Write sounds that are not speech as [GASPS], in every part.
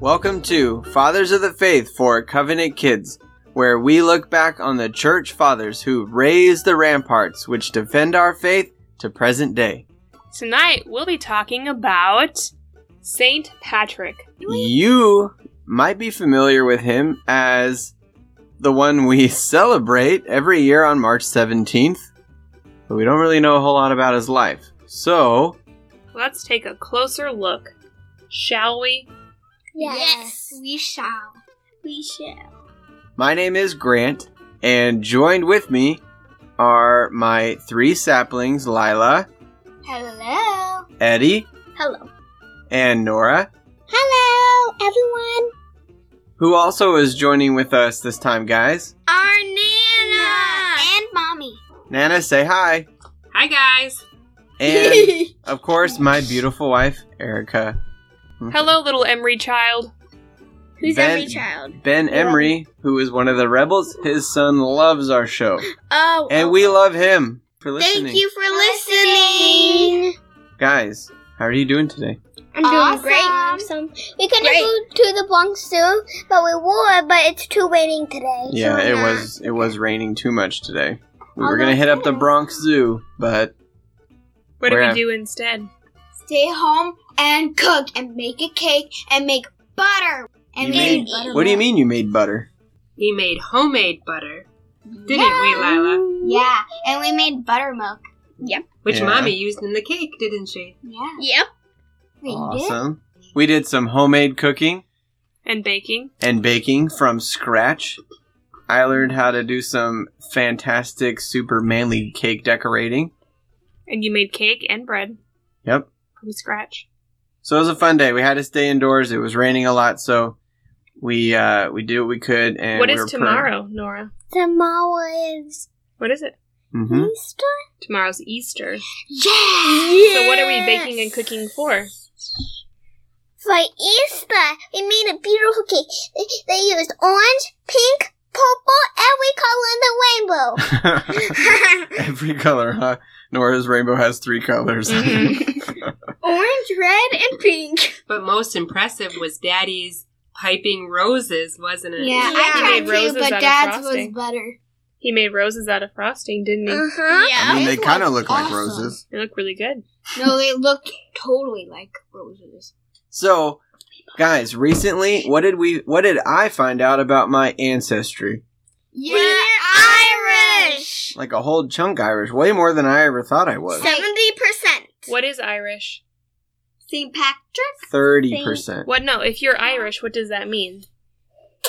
Welcome to Fathers of the Faith for Covenant Kids, where we look back on the church fathers who raised the ramparts which defend our faith to present day. Tonight we'll be talking about Saint Patrick. You might be familiar with him as the one we [LAUGHS] celebrate every year on March 17th, but we don't really know a whole lot about his life. So, Let's take a closer look, shall we? Yes, we shall. We shall. My name is Grant, and joined with me are my three saplings Lila, Hello. Eddie, Hello. and Nora, Hello, everyone. who also is joining with us this time, guys. Our Nana and Mommy. Nana, say [LAUGHS] hi. Hi, guys. [LAUGHS] And of course, my beautiful wife, Erica. Hello, little Emery child. Who's Ben- every child? Ben Emery, who is one of the rebels, his son loves our show. Oh, And we love him for listening. thank you for listening. Guys, how are you doing today? I'm Awesome. doing great. Awesome. We couldn't Great. go to the Bronx Zoo, but we would, but it's too raining today. Yeah, Sure it not. was it was raining too much today. We were Oh, gonna my hit up the goodness. Bronx Zoo, but What We're do we at- do instead? Stay home and cook and make a cake and make butter. You And made- butter what do you mean you made butter? We made homemade butter, didn't we, Lila? Yeah, and we made buttermilk. Which Yeah. Mommy used in the cake, didn't she? Yeah. Yep. We Awesome. We did some homemade cooking And baking. and baking from scratch. I learned how to do some fantastic, super manly cake decorating. And you made cake and bread Yep. from scratch. So it was a fun day. We had to stay indoors. It was raining a lot, so we uh, we did what we could. And what we is were per- tomorrow, Nora? Tomorrow is What is it? [LAUGHS] Mhm. Easter. Tomorrow's Easter. did. Yeah. So what are we baking and cooking for? For Easter, we made a beautiful cake. They, they used orange, pink, purple, every color in the rainbow. [LAUGHS] Every color, huh? Nora's rainbow has three colors. Mm-hmm. [LAUGHS] orange, red, and pink. But most impressive was Daddy's piping roses, wasn't it? Yeah, Yeah. I Made tried roses to, out but of Dad's was frosting. better. Uh-huh. He made roses out of frosting, didn't Uh. he? huh. I mean, they This kind of was look like awesome. roses. They look really good. No, they looked totally like roses. So, guys, recently, what did we? What did I find out about my ancestry? You're Irish. Like a whole chunk Irish, way more than I ever thought I was. Seventy percent. What is Irish? St. Patrick? Thirty percent. What? No, if you're Irish, what does that mean?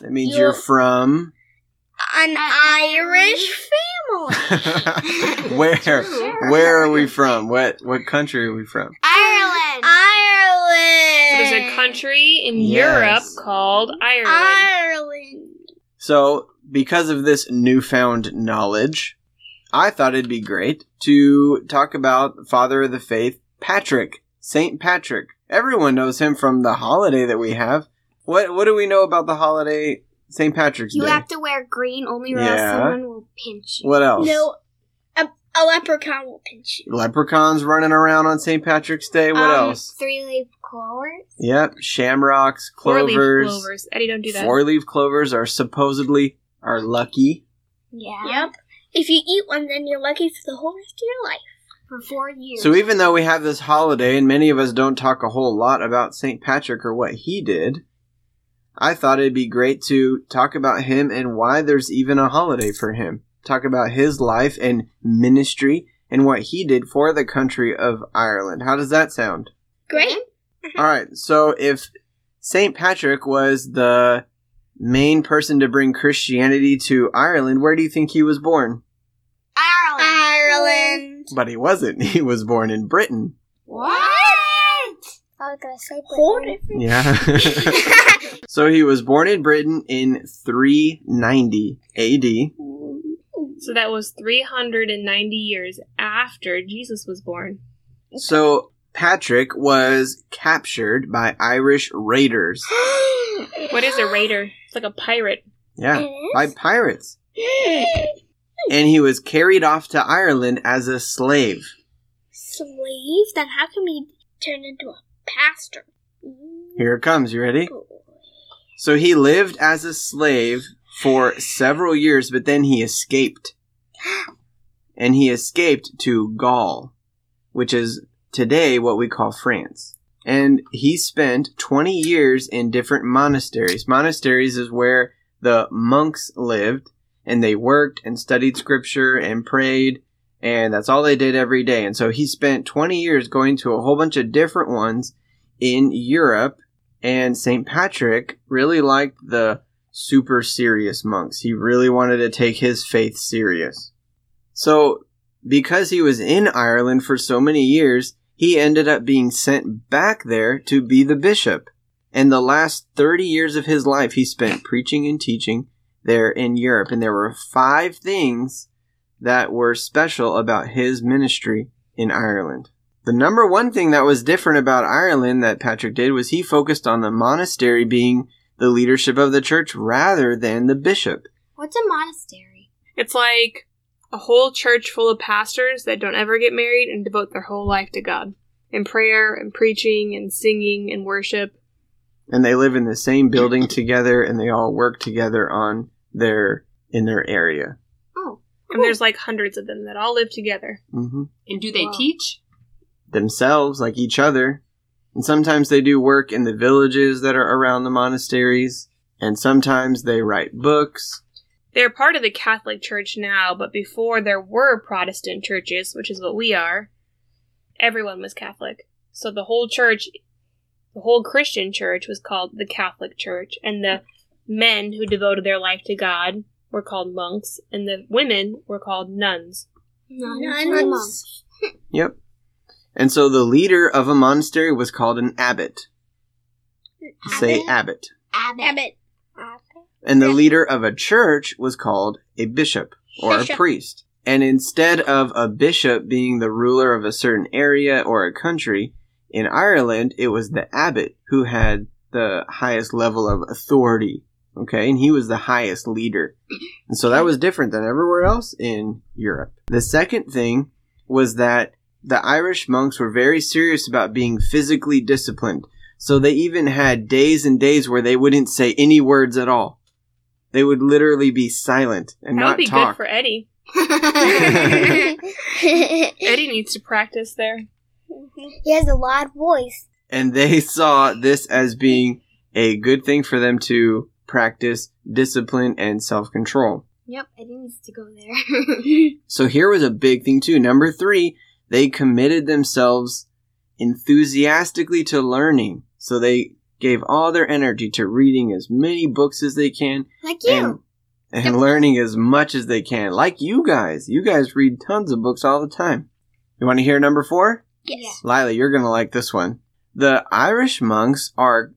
That means You- you're [LAUGHS] from [LAUGHS] An Irish family. where? Where are we from? What? What country are we from? Ireland. Ireland. So there's a country in Yes. Europe called Ireland. Ireland. So, because of this newfound knowledge, I thought it'd be great to talk about Father of the Faith, Patrick, Saint Patrick. Everyone knows him from the holiday that we have. What What do we know about the holiday Saint Patrick's You Day? have to wear green only or else Yeah. someone will pinch you. what else? No, a, a leprechaun will pinch you. Leprechauns running around on St. Patrick's Day. What Um, else? Three leaf clovers. Yep, shamrocks, Four-leaf clovers. clovers. Eddie, don't do that. Four leaf clovers are supposedly are lucky. Yeah. Yep. If you eat one, then you're lucky for the whole rest of your life. For four years. So even though we have this holiday and many of us don't talk a whole lot about St. Patrick or what he did, I thought it'd be great to talk about him and why there's even a holiday for him. Talk about his life and ministry and what he did for the country of Ireland. How does that [LAUGHS] sound? Great. All right. So if St. Patrick was the main person to bring Christianity to Ireland, where do you think he was born? Ireland. Ireland. But he wasn't. [LAUGHS] He was born in Britain. what? I was gonna say Hold it. Yeah. So he was born in Britain in 390 AD. So that was 390 years after Jesus was born. So Patrick was captured by Irish raiders. What is a raider? It's like a pirate. Yeah, by pirates. And he was carried off to Ireland as a slave. Slave? Then how can we turn into a pastor? Here it comes. You ready? So he lived as a slave for several years, but then he escaped. [GASPS] And he escaped to Gaul, which is today what we call France. And he spent 20 years in different monasteries. Monasteries is where the monks lived, and they worked and studied scripture and prayed, and that's all they did every day. And so he spent 20 years going to a whole bunch of different ones in Europe and St. Patrick really liked the super serious monks. He really wanted to take his faith serious. So, because he was in Ireland for so many years, he ended up being sent back there to be the bishop. And the last 30 years of his life, he spent preaching and teaching there in Europe. And there were five things that were special about his ministry in Ireland. The number one thing that was different about Ireland that Patrick did was he focused on the monastery being the leadership of the church rather than the bishop. What's a monastery? It's like a whole church full of pastors that don't ever get married and devote their whole life to God in prayer and preaching and singing and worship. And they live in the same building together and they all work together on their in their area. Oh, And there's like hundreds of them that all live together. hmm And do they Wow. teach? Themselves, like each other. And sometimes they do work in the villages that are around the monasteries. And sometimes they write books. They're part of the Catholic Church now, but before there were Protestant churches, which is what we are, everyone was Catholic. So the whole church, the whole Christian church was called the Catholic Church, and the men who devoted their life to God were called monks, and the women were called nuns. no, Nuns. Yep. And so the leader of a monastery was called an abbot. Say abbot. Abbott. and the leader of a church was called a bishop or a Bishop. priest. And instead of a bishop being the ruler of a certain area or a country, in Ireland it was the abbot who had the highest level of authority. Okay, and he was the highest leader. And so that was different than everywhere else in Europe. The second thing was that the Irish monks were very serious about being physically disciplined. So they even had days and days where they wouldn't say any words at all. They would literally be silent and that not would be talk. good for Eddie. [LAUGHS] Eddie needs to practice there. [LAUGHS] he has a loud voice. and they [LAUGHS] saw this as being a good thing for them to practice discipline and self control. Yep, Eddie needs to go [LAUGHS] there. So here was a big thing too. Number three, they committed themselves enthusiastically to learning. So they gave all their energy to reading as many books as they can like and, and learning as much as they can. Like you guys. You guys read tons of books all the time. You want to hear number four? Yes. Lila, you're going to like this one. The Irish monks are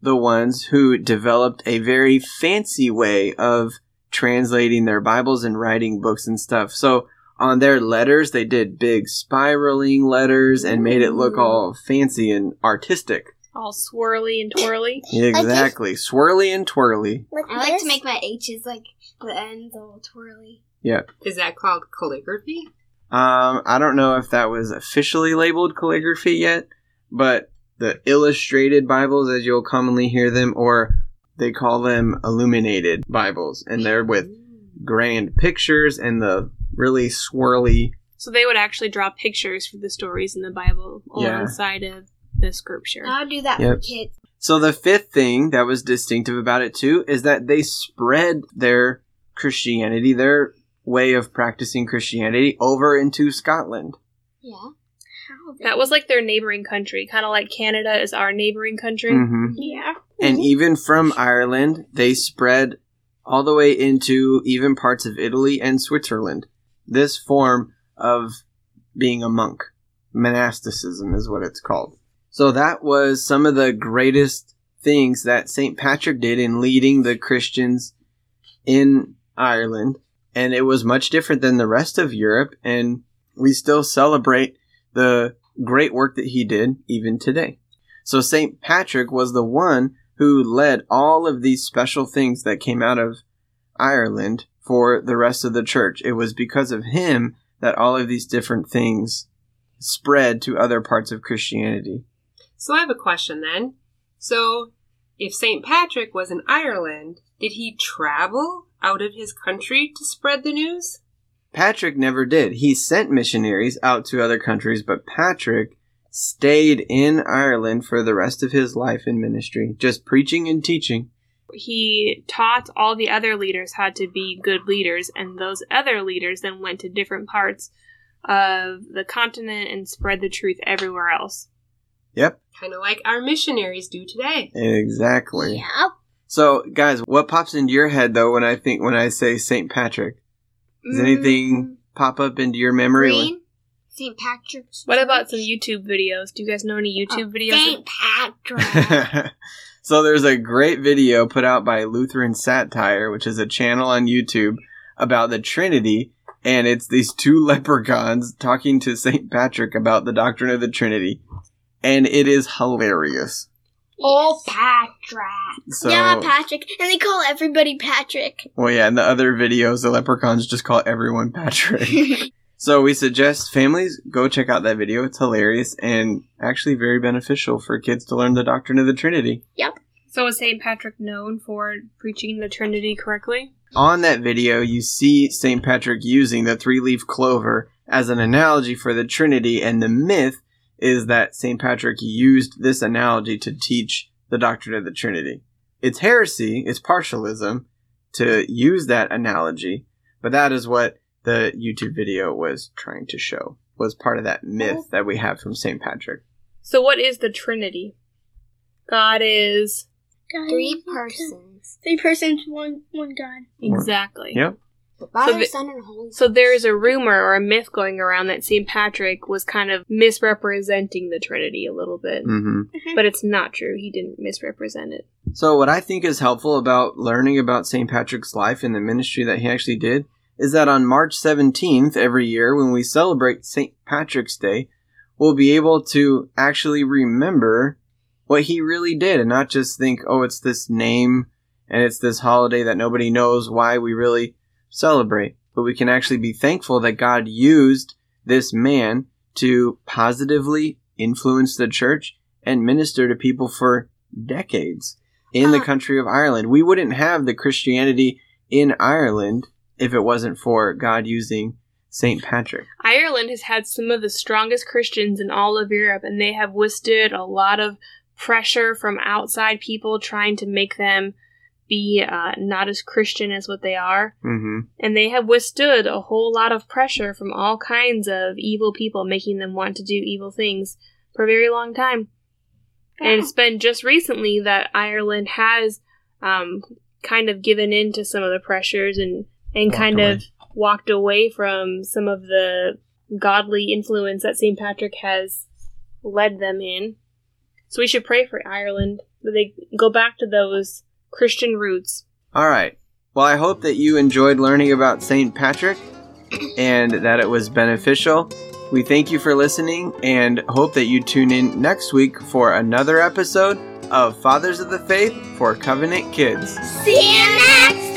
the ones who developed a very fancy way of translating their Bibles and writing books and stuff. So on their letters, they did big spiraling letters and made it look all fancy and artistic. All swirly and twirly. Exactly. Swirly and twirly. Look I at like this. to make my H's like the ends all twirly. Is that called calligraphy? Um, I don't know if that was officially labeled calligraphy yet, but the illustrated Bibles, as you'll commonly hear them, or they call them illuminated Bibles, and they're with grand pictures and the really swirly. So they would actually draw pictures for the stories in the Bible Yeah. alongside of the scripture. I'll do that for Yep. kids. So the fifth thing that was distinctive about it too is that they spread their Christianity, their way of practicing Christianity, over into Scotland. Yeah. That was like their neighboring country, kind of like Canada is our neighboring country. Mm-hmm. Yeah. And even from Ireland, they spread all the way into even parts of Italy and Switzerland. This form of being a monk. Monasticism is what it's called. So that was some of the greatest things that St. Patrick did in leading the Christians in Ireland. And it was much different than the rest of Europe. And we still celebrate the great work that he did even today. So St. Patrick was the one who led all of these special things that came out of Ireland for the rest of the church. It was because of him that all of these different things spread to other parts of Christianity. So I have a question then. So if St. Patrick was in Ireland, did he travel out of his country to spread the news? Patrick never did. He sent missionaries out to other countries, but Patrick stayed in Ireland for the rest of his life in ministry, just preaching and teaching. He taught all the other leaders how to be good leaders, and those other leaders then went to different parts of the continent and spread the truth everywhere else. Yep, Kind of like our missionaries do today. exactly. Yeah. So, guys, what pops into your head though when I think when I say St. Patrick? Does anything pop up into your memory? when- Green. St. Patrick's. What about some YouTube videos? Do you guys know any YouTube videos? St. Patrick. [LAUGHS] so there's a great video put out by Lutheran Satire, which is a channel on YouTube about the Trinity, and it's these two [LAUGHS] leprechauns talking to Saint Patrick about the doctrine of the Trinity, and it is hilarious. oh, Patrick. So, yeah, Patrick. And they call [LAUGHS] everybody Patrick. well, yeah, in the other videos, the leprechauns just call everyone Patrick. so we suggest families go check out that video. It's hilarious and actually very beneficial for kids to learn the doctrine of the Trinity. So is St. Patrick known for preaching the Trinity correctly? on that video, you see St. Patrick using the three leaf clover as an analogy for the Trinity, and the myth is that St. Patrick used this analogy to teach the doctrine of the Trinity. It's heresy, it's partialism to use that analogy, but that is what the YouTube video was trying to show, was part of that myth that we have from St. Patrick. So what is the Trinity? God is Three persons. Three persons, one one God. exactly. Yep. The Father, the- Son, and Holy So there is a rumor or a myth going around that St. Patrick was kind of misrepresenting the Trinity a little bit. Mm-hmm. But it's not true. He didn't misrepresent it. So, what I think is helpful about learning about St. Patrick's life and the ministry that he actually did is that on March 17th every year, when we celebrate St. Patrick's Day, we'll be able to actually remember what he really did and not just think, oh, it's this name and it's this holiday that nobody knows why we really celebrate. But we can actually be thankful that God used this man to positively influence the church and minister to people for decades in the Uh, country of Ireland. We wouldn't have the Christianity in Ireland if it wasn't for God using St. Patrick. Ireland has had some of the strongest Christians in all of Europe, and they have withstood a lot of pressure from outside people trying to make them be uh, not as Christian as what they are. Mm-hmm. And they have withstood a whole lot of pressure from all kinds of evil people making them want to do evil things for a very long time. And it's been just recently that Ireland has um, kind of given in to some of the pressures and, and Walked kind of away. walked away from some of the godly influence that St. Patrick has led them in. So we should pray for Ireland that they go back to those Christian roots. All right. Well, I hope that you enjoyed learning about St. Patrick and that it was beneficial. We thank you for listening and hope that you tune in next week for another episode of Fathers of the Faith for Covenant Kids. See you next